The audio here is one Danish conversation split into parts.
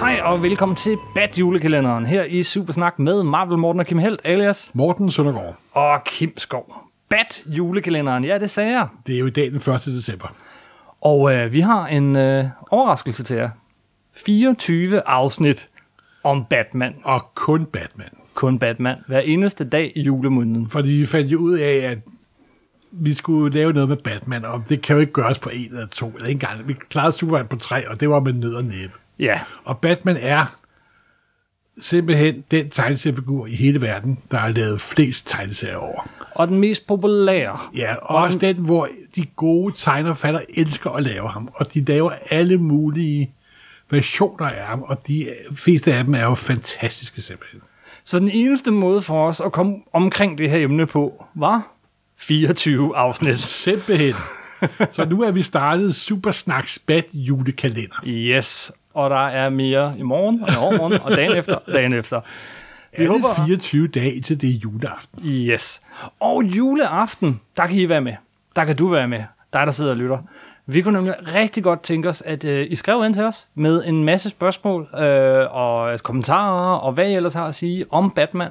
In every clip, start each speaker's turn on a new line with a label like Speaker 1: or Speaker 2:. Speaker 1: Hej og velkommen til Bat julekalenderen her i Supersnak med Marvel Morten og Kim Helt alias
Speaker 2: Morten Søndergaard.
Speaker 1: og Kim Skov. Bat julekalenderen, ja det sagde jeg.
Speaker 2: Det er jo i dag den 1. december.
Speaker 1: Og øh, vi har en øh, overraskelse til jer. 24 afsnit om Batman.
Speaker 2: Og kun Batman.
Speaker 1: Kun Batman. Hver eneste dag i julemåneden.
Speaker 2: Fordi vi fandt jo ud af, at vi skulle lave noget med Batman, og det kan jo ikke gøres på en eller to, eller ikke engang. Vi klarede Superman på tre, og det var med nød og næppe.
Speaker 1: Ja,
Speaker 2: Og Batman er simpelthen den tegneseriefigur i hele verden, der har lavet flest tegneserier over.
Speaker 1: og den mest populære.
Speaker 2: Ja, og også den, hvor de gode tegnerfatter elsker at lave ham, og de laver alle mulige versioner af ham, og de fleste af dem er jo fantastiske simpelthen.
Speaker 1: Så den eneste måde for os at komme omkring det her emne på, var 24 afsnit.
Speaker 2: Simpelthen. Så nu er vi startet Supersnaks Bad julekalender.
Speaker 1: Yes, og der er mere i morgen, og i overmorgen, og dagen efter, og dagen efter. Vi
Speaker 2: Vi håber
Speaker 1: håber...
Speaker 2: 24 dage til det er juleaften.
Speaker 1: Yes. Og juleaften, der kan I være med. Der kan du være med. Dig, der sidder og lytter. Vi kunne nemlig rigtig godt tænke os, at øh, I skrev ind til os med en masse spørgsmål øh, og altså, kommentarer, og hvad I ellers har at sige om Batman.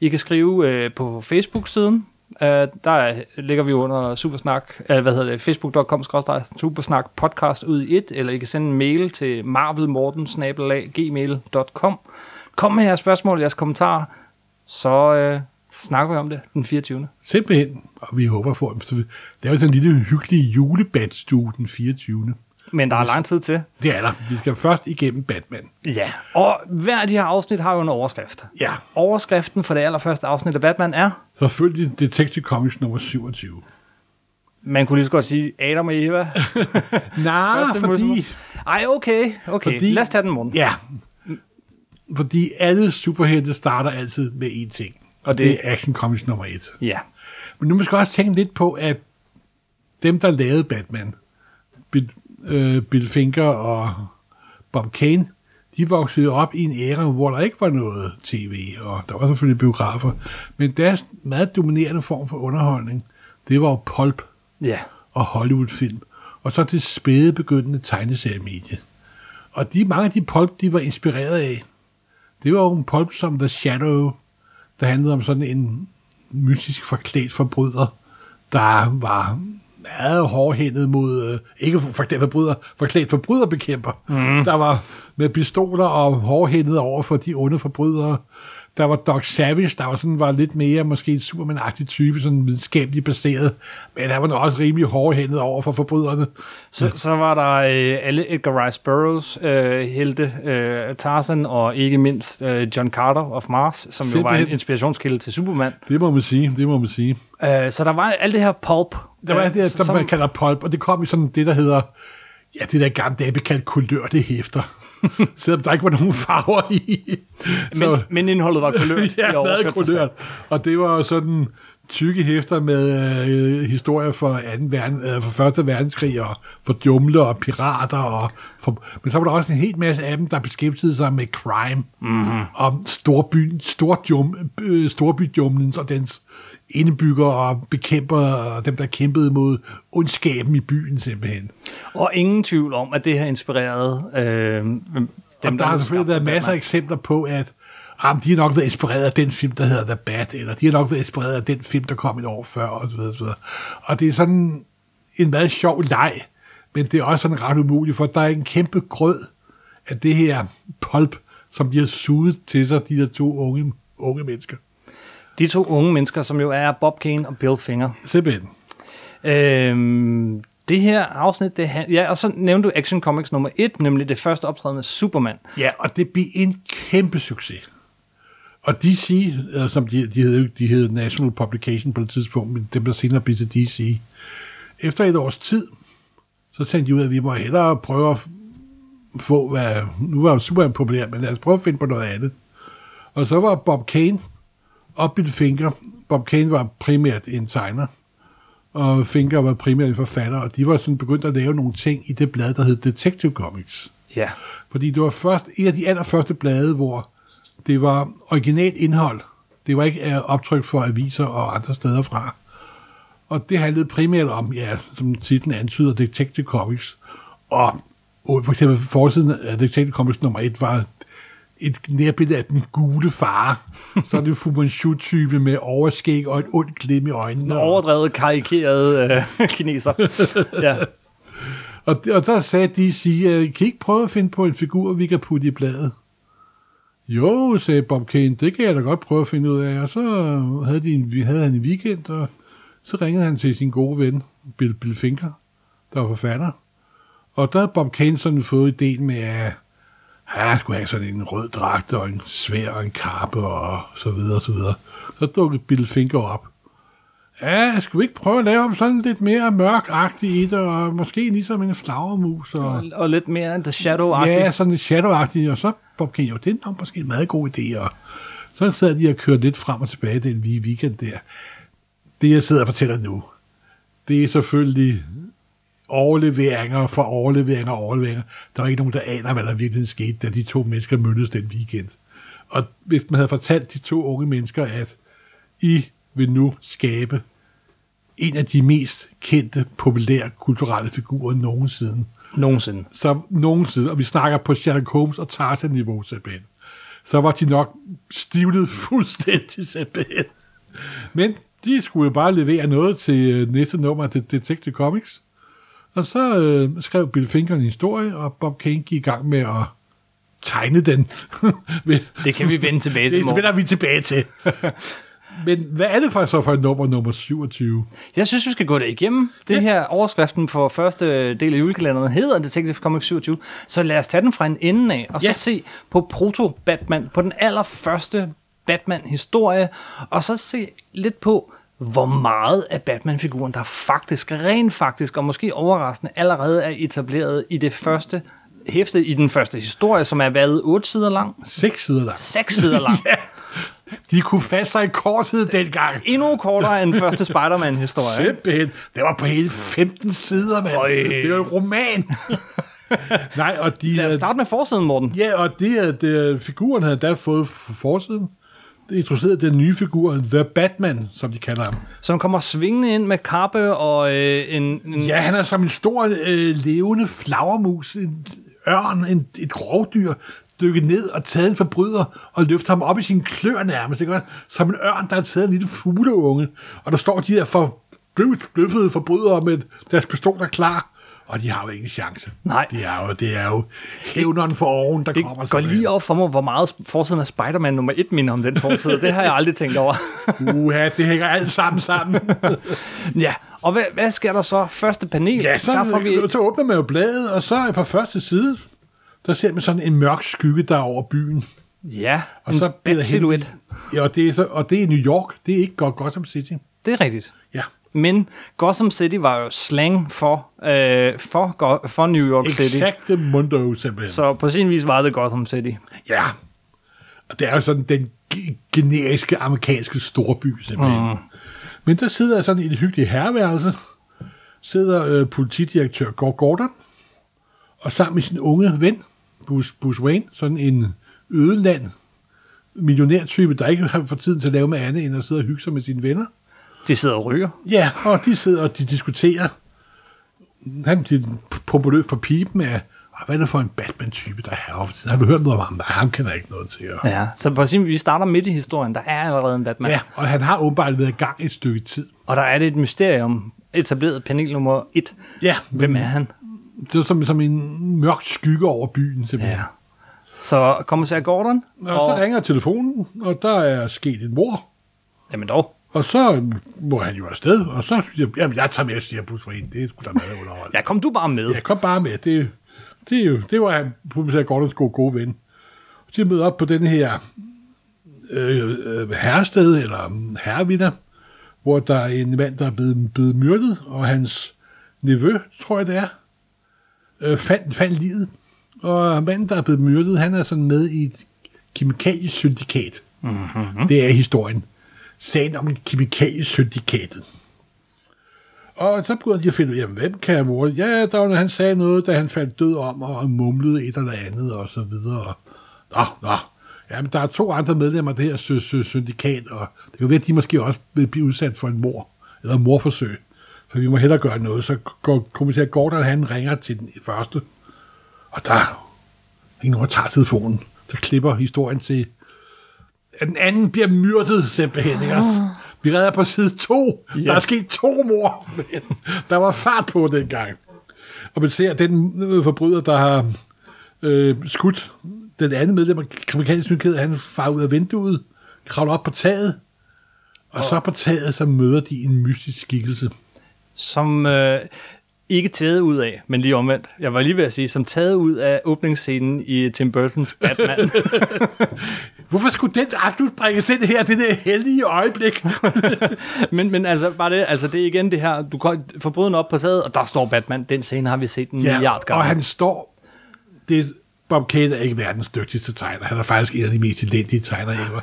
Speaker 1: I kan skrive øh, på Facebook-siden. Øh, der ligger vi under supersnak, øh, hvad hedder det, facebook.com supersnak podcast ud i et, eller I kan sende en mail til marvelmorten-gmail.com. Kom med jeres spørgsmål, jeres kommentarer, så øh, snakker vi om det den 24.
Speaker 2: Simpelthen. Og vi håber på, at vi laver sådan en lille hyggelig julebadstue den 24.
Speaker 1: Men der er lang tid til.
Speaker 2: Det er der. Vi skal først igennem Batman.
Speaker 1: Ja. Og hver af de her afsnit har jo en overskrift.
Speaker 2: Ja.
Speaker 1: Overskriften for det allerførste afsnit af Batman er,
Speaker 2: Selvfølgelig Detective Comics nummer 27.
Speaker 1: man kunne lige så godt sige Adam og Eva.
Speaker 2: Nej,
Speaker 1: Første
Speaker 2: Ah, fordi...
Speaker 1: Mosebog. Ej, okay, okay. Fordi...
Speaker 2: Fordi-
Speaker 1: Lad os tage den morgen.
Speaker 2: Ja. Fordi alle superhelte starter altid med én ting. Og det,
Speaker 1: det
Speaker 2: det er Action Comics nummer 1.
Speaker 1: Ja.
Speaker 2: Men nu skal man også tænke lidt på, at dem, der lavede Batman, Bill, øh, Bill Finger og Bob Kane, de voksede op i en æra, hvor der ikke var noget tv, og der var selvfølgelig biografer. Men deres meget dominerende form for underholdning, det var jo pulp
Speaker 1: Ja.
Speaker 2: og Hollywood-film, og så det spæde begyndende tegneseriemedie. Og de mange af de pulp, de var inspireret af, det var jo en pulp som The Shadow, der handlede om sådan en mystisk forklædt forbryder, der var meget hårdhændet mod, øh, ikke forklædt forbryder, forklædt forbryderbekæmper, mm. der var med pistoler og hårdhændet over for de onde forbrydere. Der var Doc Savage, der var, sådan, var lidt mere måske en Superman-agtig type, sådan videnskabeligt baseret, men han var nu også rimelig hårdhændet over for forbryderne.
Speaker 1: Så, så var der øh, alle Edgar Rice Burroughs øh, helte, øh, Tarzan og ikke mindst øh, John Carter of Mars, som jo var en
Speaker 2: Simpelthen.
Speaker 1: inspirationskilde til Superman.
Speaker 2: Det må man sige, det må man sige.
Speaker 1: Øh, så der var alt det her pulp.
Speaker 2: Der var
Speaker 1: øh,
Speaker 2: det, der, som man kalder pulp, og det kom i sådan det, der hedder, ja, det der gamle dage blev kaldt kulør, det hæfter. Selvom der ikke var nogen farver i.
Speaker 1: men, men indholdet var kulørt. i
Speaker 2: ja,
Speaker 1: overført
Speaker 2: meget kulør.
Speaker 1: forstand.
Speaker 2: Og det var jo sådan tykke hæfter med øh, historier for, 2. Verden, øh, for Første Verdenskrig, og for jumler og pirater. Og for, men så var der også en hel masse af dem, der beskæftigede sig med crime, mm-hmm. og storby, storjum, øh, storbyjumlens og dens indbyggere og bekæmper, og dem, der kæmpede mod ondskaben i byen simpelthen.
Speaker 1: Og ingen tvivl om, at det her inspirerede øh, dem,
Speaker 2: Dem, der har
Speaker 1: nu
Speaker 2: selvfølgelig været
Speaker 1: skabte
Speaker 2: masser af
Speaker 1: Batman.
Speaker 2: eksempler på, at ah, men de har nok været inspireret af den film, der hedder The Bat, eller de har nok været inspireret af den film, der kom et år før, og så videre, og så videre. Og det er sådan en meget sjov leg, men det er også sådan ret umuligt, for der er en kæmpe grød af det her pulp, som de har suget til sig, de der to unge, unge mennesker.
Speaker 1: De to unge mennesker, som jo er Bob Kane og Bill Finger.
Speaker 2: Simpelthen.
Speaker 1: Øhm, det her afsnit, det han, ja, og så nævnte du Action Comics nummer 1, nemlig det første optrædende Superman.
Speaker 2: Ja, og det blev en kæmpe succes. Og DC, øh, som de, de hed, jo ikke- de hed National Publication på det tidspunkt, men det blev senere blevet til DC. Efter et års tid, så tænkte de ud, at vi må hellere prøve at f- få, hvad, nu var jo Superman populær, men lad os prøve at finde på noget andet. Og så var Bob Kane og Bill Finger. Bob Kane var primært en tegner, og Finger var primært en forfatter, og de var sådan begyndt at lave nogle ting i det blad, der hed Detective Comics.
Speaker 1: Ja.
Speaker 2: Fordi det var først, et af de allerførste blade, hvor det var originalt indhold. Det var ikke øh, optrykt for aviser og andre steder fra. Og det handlede primært om, ja, som titlen antyder, Detective Comics. Og og for eksempel forsiden af Detective Comics nummer 1 var et nærbillede af den gule far. Så er det jo Fu Manchu-type med overskæg og et ondt glim i øjnene. og-
Speaker 1: Overdrevet, karikeret øh, kineser. Ja.
Speaker 2: Og, og der sagde DC, at kan I ikke prøve at finde på en figur, vi kan putte i bladet? Jo, sagde Bob Kane, det kan jeg da godt prøve at finde ud af. Og så havde, de en, vi havde han en weekend, og så ringede han til sin gode ven, Bill, Bill Finger, der var forfatter. Og der havde Bob Kane sådan fået ideen med, at han skulle have sådan en rød dragt og en svær og en kappe og så videre og så videre. Så dukkede Bill Finger op. Ja, skulle vi ikke prøve at lave om sådan lidt mere mørkagtigt i det, og måske ligesom en flagermus? Og,
Speaker 1: Og, og lidt mere end The shadow
Speaker 2: ja,
Speaker 1: yes.
Speaker 2: sådan lidt shadow og så Bob Kane, jo, det er nok måske en meget god idé, og så sad de og kørte lidt frem og tilbage den vi- weekend der. Det, jeg sidder og fortæller nu, det er selvfølgelig overleveringer for overleveringer og overleveringer. Der er ikke nogen, der aner, hvad der virkelig skete, da de to mennesker mødtes den weekend. Og hvis man havde fortalt de to unge mennesker, at I vil nu skabe en af de mest kendte, populære kulturelle figurer nogensinde,
Speaker 1: Nogensinde.
Speaker 2: så nogensinde, og vi snakker på Sherlock Holmes og Tarzan-niveau simpelthen, så var de nok stivlet fuldstændig simpelthen. Men de skulle jo bare levere noget til øh, næste nummer til Detective Comics. Og så øh, skrev Bill Finger en historie, og Bob Kane gik i gang med at tegne den. Men
Speaker 1: Det kan vi vende tilbage til i
Speaker 2: det
Speaker 1: morgen.
Speaker 2: vender vi tilbage til. Men hvad er det for så for et nummer, nummer 27?
Speaker 1: Jeg synes, vi skal gå det igennem. Det her overskriften for første del af julekalenderen hedder Detective Comics 27. Så lad os tage den fra en ende af, og
Speaker 2: Ja.
Speaker 1: så se på proto-Batman, på den allerførste Batman-historie, og så se lidt på, hvor meget af Batman-figuren, der faktisk, rent faktisk, og måske overraskende, allerede er etableret i det første hæfte, i den første historie, som er været otte sider lang,
Speaker 2: Seks sider der.
Speaker 1: seks sider lang.
Speaker 2: De kunne fatte sig i korthed dengang.
Speaker 1: Endnu kortere end første Spider-Man-historie. ikke?
Speaker 2: Simpelthen. Det var på hele 15 sider, mand.
Speaker 1: Øj.
Speaker 2: Det var en roman. Nej, og de
Speaker 1: Lad os
Speaker 2: havde,
Speaker 1: starte med forsiden, Morten.
Speaker 2: ja, og det, at øh, figuren havde da fået f- forsiden, det introducerede den nye figur, The Batman, som de kalder ham.
Speaker 1: som kommer svingende ind med kappe og øh, en, en
Speaker 2: Ja, han er som en stor øh, levende flagermus, en ørn, en, et rovdyr, dykket ned og taget en forbryder og løftet ham op i sine klør nærmest, ikke? som en ørn, der har taget en lille fugleunge. Og der står de der for bløffede forbrydere med deres pistoler klar, og de har jo ikke en chance.
Speaker 1: Nej.
Speaker 2: Det er jo, det er jo hævneren for oven, der
Speaker 1: det
Speaker 2: kommer.
Speaker 1: går lige op for mig, hvor meget forsiden af Spider-Man nummer 1 minder om den forside. Det har jeg aldrig tænkt over.
Speaker 2: Uha, det hænger alt sammen sammen.
Speaker 1: ja, og hvad, hvad sker der så? Første panel,
Speaker 2: Ja, så,
Speaker 1: der får vi...
Speaker 2: så åbner man jo bladet, og så på første side, der ser man sådan en mørk skygge, der er over byen.
Speaker 1: Ja,
Speaker 2: Og så bliver
Speaker 1: en
Speaker 2: der
Speaker 1: silhouette.
Speaker 2: Ja, og det, er så, og det er New York, det er ikke godt Gotham City.
Speaker 1: Det er rigtigt.
Speaker 2: Ja,
Speaker 1: Men Gotham City var jo slang for, øh, for, Go- for New York City.
Speaker 2: exakte mundo simpelthen. Så.
Speaker 1: Så på sin vis var det Gotham City.
Speaker 2: Ja, og det er jo sådan den ge- generiske amerikanske storby simpelthen. Mm. Men der sidder sådan i det hyggelige herreværelse, sidder øh, politidirektør Gord Gordon, og sammen med sin unge ven, Bruce, Bruce Wayne, sådan en ødeland millionærtype, der ikke har for tiden til at lave med andet, end at sidde og hygge sig med sine venner.
Speaker 1: De sidder og ryger.
Speaker 2: Ja, og de sidder og de diskuterer. Han de popper løs på pipen af, "Ah, hvad er det for en Batman-type, der er heroppe? Har du hørt noget om ham? Nej, ham kender jeg ikke noget til. Og,
Speaker 1: Ja, så på sin vis, vi starter midt i historien. Der er allerede en Batman.
Speaker 2: ja, og han har åbenbart været i gang et stykke tid.
Speaker 1: Og der er det et mysterium etableret panel nummer 1.
Speaker 2: Ja,
Speaker 1: Hvem er han?
Speaker 2: det er som, som en mørk skygge over byen, simpelthen.
Speaker 1: Ja. Så kommissær Gordon,
Speaker 2: Og, og så
Speaker 1: og,
Speaker 2: ringer telefonen, og der er sket et mor.
Speaker 1: jamen dog,
Speaker 2: Og så må han jo afsted, og så siger jeg, jamen, jeg tager med, siger Bruce Wayne. Det skulle da meget underholdt.
Speaker 1: ja, kom du bare med.
Speaker 2: Ja, kom bare med. Det, det, er jo, det var han, professor Gordons gode, gode ven. De møder op på den her øh, øh, herrested, eller herrevilla, hvor der er en mand, der er blevet, blevet myrdet, og hans nevø, tror jeg det er, øh, fandt, fandt livet. Og manden, der er blevet myrdet, han er sådan med i et kemikaliesyndikat. Mm-hmm. Det er historien. Sagen om kemikaliesyndikatet. Og så begynder de at finde ud af, jamen, hvem kan jeg morde? Ja, der var noget, han sagde noget, da han faldt død om og mumlede et eller andet og så videre. Og, nå, nå. Jamen, der er to andre medlemmer af det her sy- sy- syndikat, og det kan være, at de måske også vil blive udsat for en mor, eller morforsøg. Så vi må hellere gøre noget. Så går kommissær Gordon, han ringer til den første, Og der er ingen nogen, der tager telefonen. Der klipper historien til, at den anden bliver myrdet simpelthen. Ikke? også? Vi redder på side 2. Yes. Der er
Speaker 1: Yes.
Speaker 2: sket to mor. Men der var fart på dengang. Og man ser, at den øh, forbryder, der har øh, skudt den anden medlem af kriminalens myndighed, han farer ud af vinduet, kravler op på taget, og så på taget, så møder de en mystisk skikkelse.
Speaker 1: som øh, ikke taget ud af, men lige omvendt. Jeg var lige ved at sige, som taget ud af åbningsscenen i Tim Burton's Batman.
Speaker 2: Hvorfor skulle den absolut bringes ind her, det der heldige øjeblik?
Speaker 1: men, men altså, bare det, altså det er igen det her, du kom forbryderen op på taget, og der står Batman. Den scene har vi set en ja, milliard gange.
Speaker 2: og han står... Det, Bob Kane er ikke verdens dygtigste tegner. Han er faktisk en af de mest elendige tegnere ever.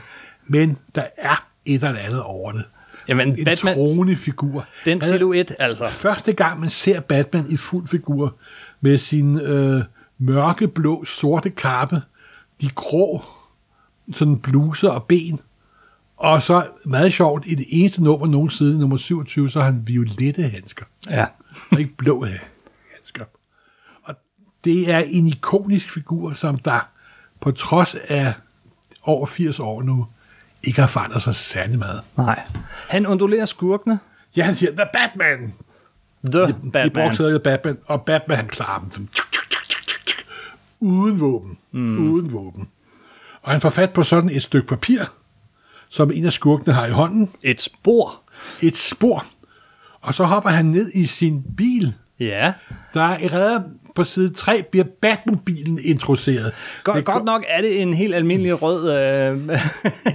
Speaker 2: Men der er et eller andet over det.
Speaker 1: Jamen,
Speaker 2: En
Speaker 1: Batman,
Speaker 2: troende figur.
Speaker 1: den
Speaker 2: Han er-
Speaker 1: silhuet, altså.
Speaker 2: Første gang, man ser Batman i fuld figur, med sin øh, mørkeblå, sorte kappe, de grå sådan bluser og ben, og så, meget sjovt, i det eneste nummer nogensinde, nummer 27, så har han violette handsker,
Speaker 1: Ja.
Speaker 2: og ikke blå handsker. Og det er en ikonisk figur, som der på trods af over 80 år nu, ikke har forandret sig særlig meget.
Speaker 1: Nej. Han ondulerer skurkene.
Speaker 2: Ja, han siger, The Batman!
Speaker 1: The
Speaker 2: Batman. De
Speaker 1: Batman.
Speaker 2: brugte stadig Batman, og Batman han klarer dem. Som tjuk, tjuk, tjuk, tjuk, tjuk. Uden våben. Mm. Uden våben. Og han får fat på sådan et stykke papir, som en af skurkene har i hånden.
Speaker 1: Et spor.
Speaker 2: Et spor. Og så hopper han ned i sin bil.
Speaker 1: Ja.
Speaker 2: Der er i redder på side 3, bliver Batmobilen introduceret.
Speaker 1: Godt,
Speaker 2: Det er
Speaker 1: godt nok er det en helt almindelig rød... Øh,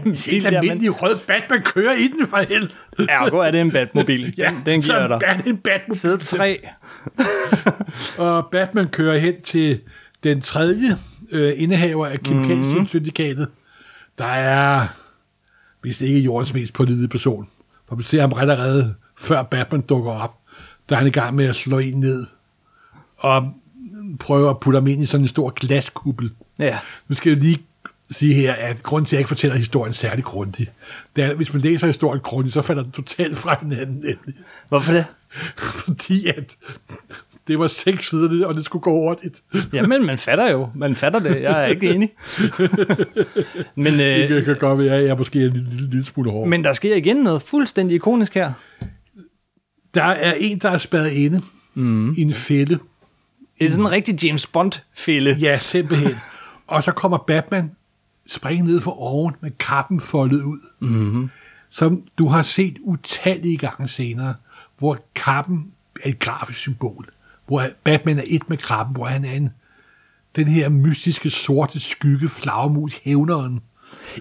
Speaker 1: bil
Speaker 2: Helt
Speaker 1: der, men
Speaker 2: almindelig rød Batman kører i den for helvede.
Speaker 1: Ergo er det en Batmobil. ja, den, den giver jeg dig.
Speaker 2: så er det en Batmobil.
Speaker 1: Sæde 3.
Speaker 2: Og Batman kører hen til den tredje øh, indehaver af
Speaker 1: Mhm.
Speaker 2: kemikaliesyndicatet. Mm-hmm. Der er vist ikke jordens mest pålidelige person. For vi ser ham ret allerede, før Batman dukker op. Der er han i gang med at slå en ned. Og prøver at putte ham ind i sådan en stor glaskuppel.
Speaker 1: Ja.
Speaker 2: Nu skal jeg lige sige her, at grunden til, at jeg ikke fortæller historien særlig grundigt, det er, at hvis man læser historien grundigt, så falder den totalt fra hinanden. Nemlig
Speaker 1: Hvorfor det?
Speaker 2: fordi at det var seks sider, det- og det skulle gå hurtigt.
Speaker 1: Jamen, man fatter jo. Man fatter det. Jeg er ikke enig. men,
Speaker 2: Det
Speaker 1: øh,
Speaker 2: kan godt være, at jeg måske er en lille, lille, lille smule hård. Men
Speaker 1: men der sker igen noget fuldstændig ikonisk her.
Speaker 2: der er en, der er spadet inde mm. i en fælde.
Speaker 1: Det er sådan en rigtig James Bond-fælde.
Speaker 2: Mm. Ja, simpelthen. og så kommer Batman springe ned for oven med kappen foldet ud. Mm-hmm. Som du har set utallige gange senere, hvor kappen er et grafisk symbol. Hvor Batman er et med kappen, hvor han er en, den her mystiske sorte skygge, flagmus, hævneren.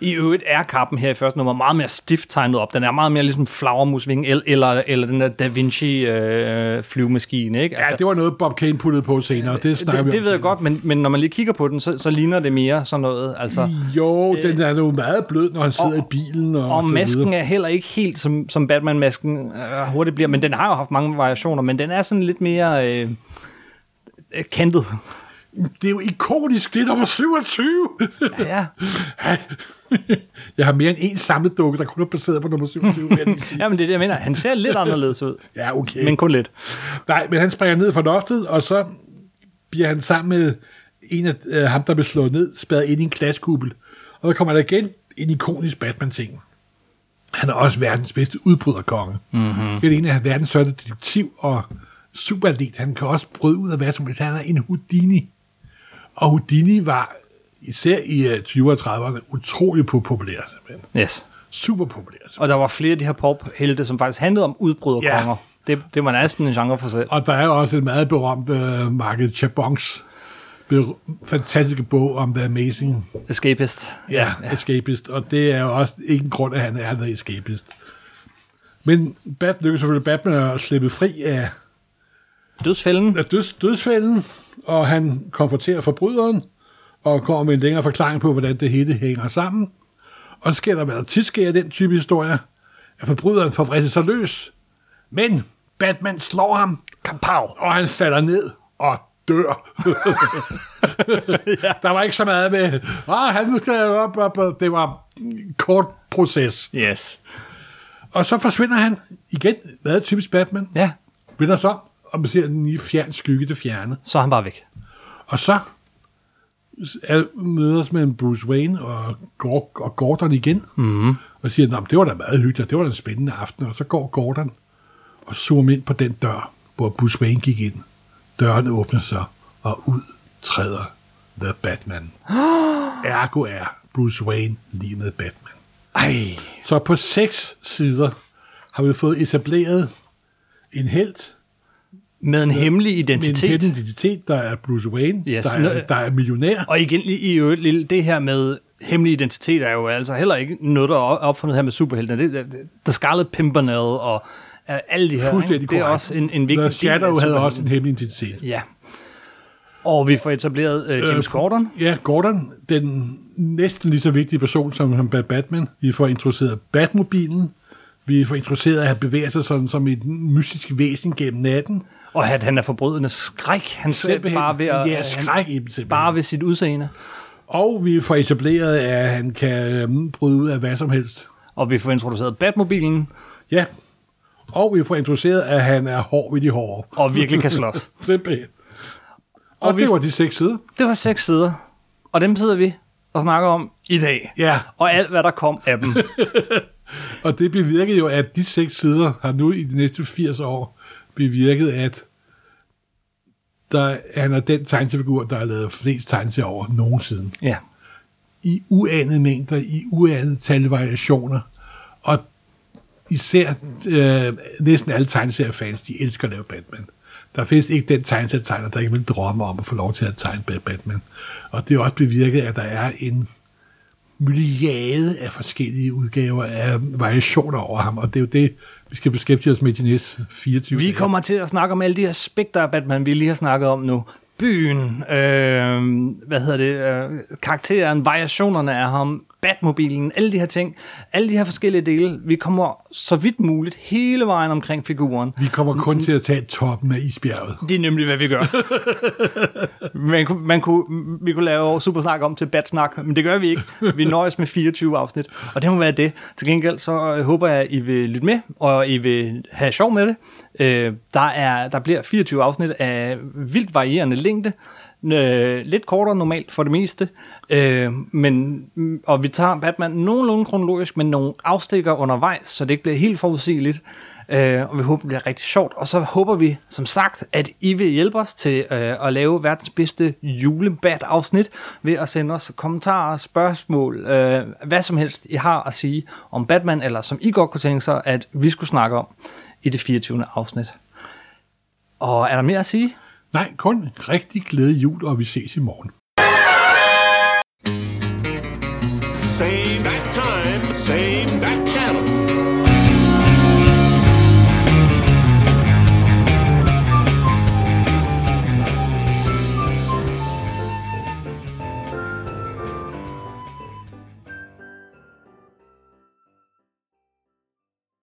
Speaker 1: I øvrigt er kappen her i første nummer meget mere stift tegnet op. Den er meget mere ligesom flagermusvingen el- eller, eller den der Da Vinci øh, flyvemaskine. Ikke? Altså,
Speaker 2: Ja, det var noget, Bob Kane puttede på senere. Det, snakker vi
Speaker 1: det,
Speaker 2: om
Speaker 1: det ved jeg
Speaker 2: senere.
Speaker 1: godt, men, men når man lige kigger på den, så, så ligner det mere sådan noget. Altså,
Speaker 2: Jo, øh, den er jo meget blød, når han sidder i bilen. Og,
Speaker 1: og
Speaker 2: så
Speaker 1: masken
Speaker 2: videre.
Speaker 1: er heller ikke helt som, som Batman-masken øh, hurtigt bliver, men den har jo haft mange variationer, men den er sådan lidt mere øh, øh, kantet.
Speaker 2: Det er jo ikonisk, det er nummer 27.
Speaker 1: Ja.
Speaker 2: jeg har mere end en samlet dukke, der kun er baseret på nummer 27. vil jeg lige sige.
Speaker 1: ja, men det er det, jeg mener. Han ser lidt anderledes ud,
Speaker 2: ja, okay.
Speaker 1: men kun lidt.
Speaker 2: Nej, men han springer ned fra loftet, og så bliver han sammen med en af øh, ham, der blev slået ned, spadet ind i en glaskuppel. Og så kommer der igen en ikonisk Batman-ting. Han er også verdens bedste udbryderkonge. Mm-hmm. Det er en af verdens største detektiv og superatlet. Han kan også bryde ud af hvad som helst. Han er en Houdini. Og Houdini var især i øh, 20'erne og 30'erne utrolig populær. simpelthen.
Speaker 1: Yes.
Speaker 2: Super populær. simpelthen.
Speaker 1: Og der var flere af de her pop-helte, som faktisk handlede om udbryderkonger. Ja. Det, det var næsten en genre for sig.
Speaker 2: Og der er også et meget berømt øh, Market Chabons ber- fantastiske bog om The Amazing
Speaker 1: Escapist.
Speaker 2: ja, ja. Escapist, og det er jo også ikke en grund, at han er der Escapist. Men Bat lykkes selvfølgelig Batman at slippe fri af,
Speaker 1: Dødsfælden.
Speaker 2: af døds, dødsfælden, og han konfronterer forbryderen, og kommer med en længere forklaring på, hvordan det hele hænger sammen. Og så sker der, hvad der tit sker i den type historier, at forbryderen får vristet sig løs, men Batman slår ham,
Speaker 1: Kapow.
Speaker 2: og han falder ned og dør. ja. Der var ikke så meget med, ah, han skal op, op, op. Det var en kort proces.
Speaker 1: Yes.
Speaker 2: Og så forsvinder han igen. Hvad er typisk Batman?
Speaker 1: Ja,
Speaker 2: Vender sig om, og man ser den i fjern skygge til fjerne.
Speaker 1: så er han bare væk.
Speaker 2: Og så er, mødes med en Bruce Wayne og, Gor- og Gordon igen, mm. og siger, at det var da meget hyggeligt, og det var da en spændende aften, og så går Gordon og zoomer ind på den dør, hvor Bruce Wayne gik ind. Døren åbner sig, og ud træder The Batman. Ergo er Bruce Wayne lige med Batman.
Speaker 1: Ej.
Speaker 2: Så på seks sider har vi fået etableret en helt,
Speaker 1: Med en hemmelig
Speaker 2: identitet. en
Speaker 1: identitet.
Speaker 2: hidden identitet, der er Bruce Wayne,
Speaker 1: Yes.
Speaker 2: der, er, der er millionær.
Speaker 1: Og igen i i øvrigt, lille, det her med hemmelig identitet er jo altså heller ikke noget, der er opfundet her med superheltene. Det, det, The Scarlet Pimpernel og øh, alle de her.
Speaker 2: Fuldstændig
Speaker 1: ikke? Det er
Speaker 2: korrekt.
Speaker 1: også en, en vigtig
Speaker 2: The Shadow havde
Speaker 1: superheltene.
Speaker 2: også en hemmelig identitet.
Speaker 1: Ja. Og vi får etableret øh, James
Speaker 2: Øh,
Speaker 1: Gordon.
Speaker 2: Ja, Gordon, den næsten lige så vigtige person som han bag Batman. Vi får introduceret Batmobilen. Vi får introduceret, at han bevæger sig sådan som et mystisk væsen gennem natten.
Speaker 1: Og at han er forbrydende skræk. Han ser bare ved, at,
Speaker 2: ja,
Speaker 1: han-
Speaker 2: skræk i dem simpelthen.
Speaker 1: bare ved sit udseende.
Speaker 2: Og vi får etableret, at han kan øhm, bryde ud af hvad som helst.
Speaker 1: Og vi får introduceret Batmobilen,
Speaker 2: Ja. Og vi får introduceret, at han er hård ved de hårde.
Speaker 1: og virkelig kan slås.
Speaker 2: Simpelthen. Og, og
Speaker 1: Og vi-
Speaker 2: det var de seks sider.
Speaker 1: Det var seks sider, og dem sidder vi og snakker om i dag.
Speaker 2: Ja,
Speaker 1: Og alt, hvad der kom af dem.
Speaker 2: og det bevirkede jo, at de seks sider har nu i de næste 80 år bevirket, at der, han er den tegnefigur, der har lavet flest tegneserier over nogensinde.
Speaker 1: ja.
Speaker 2: i uanede mængder, i uanede tal variationer. Og især øh, næsten alle tegneseriefans, de elsker at lave Batman. Der findes ikke den tegneserietegner, der ikke vil drømme om at få lov til at tegne Ba- Batman. Og det er også bevirket, at der er en myriade af forskellige udgaver af variationer over ham, og det er jo det, vi skal beskæftige os med de næste 24
Speaker 1: Vi
Speaker 2: dage.
Speaker 1: kommer til at snakke om alle de aspekter af Batman, vi lige har snakket om nu. Byen, øh, hvad hedder det, øh, karakteren, variationerne af ham, Batmobilen, alle de her ting, alle de her forskellige dele. Vi kommer så vidt muligt hele vejen omkring figuren.
Speaker 2: Vi kommer kun til at tage toppen af isbjerget.
Speaker 1: Det er nemlig, hvad vi gør. man kunne, man kunne, vi kunne lave Supersnak om til Batsnak, men det gør vi ikke. Vi nøjes med 24 afsnit, og det må være det. Til gengæld så øh, håber jeg, at I vil lytte med, og I vil have sjov med det. Øh, der, er, der bliver 24 afsnit af vildt varierende længde. Øh, lidt kortere normalt for det meste. Øh, men, mm, og vi tager Batman nogenlunde kronologisk, men nogle afstikker undervejs, så det ikke bliver helt forudsigeligt. Øh, og vi håber, det bliver rigtig sjovt. Og så håber vi, som sagt, at I vil hjælpe os til øh, at lave verdens bedste julebat-afsnit ved at sende os kommentarer, spørgsmål, øh, hvad som helst, I har at sige om Batman, eller som I godt kunne tænke sig, at vi skulle snakke om i det 24. afsnit. Og er der mere at sige?
Speaker 2: Nej, kun rigtig glæde jul, og vi ses i morgen.
Speaker 3: Same bat time, same bat channel.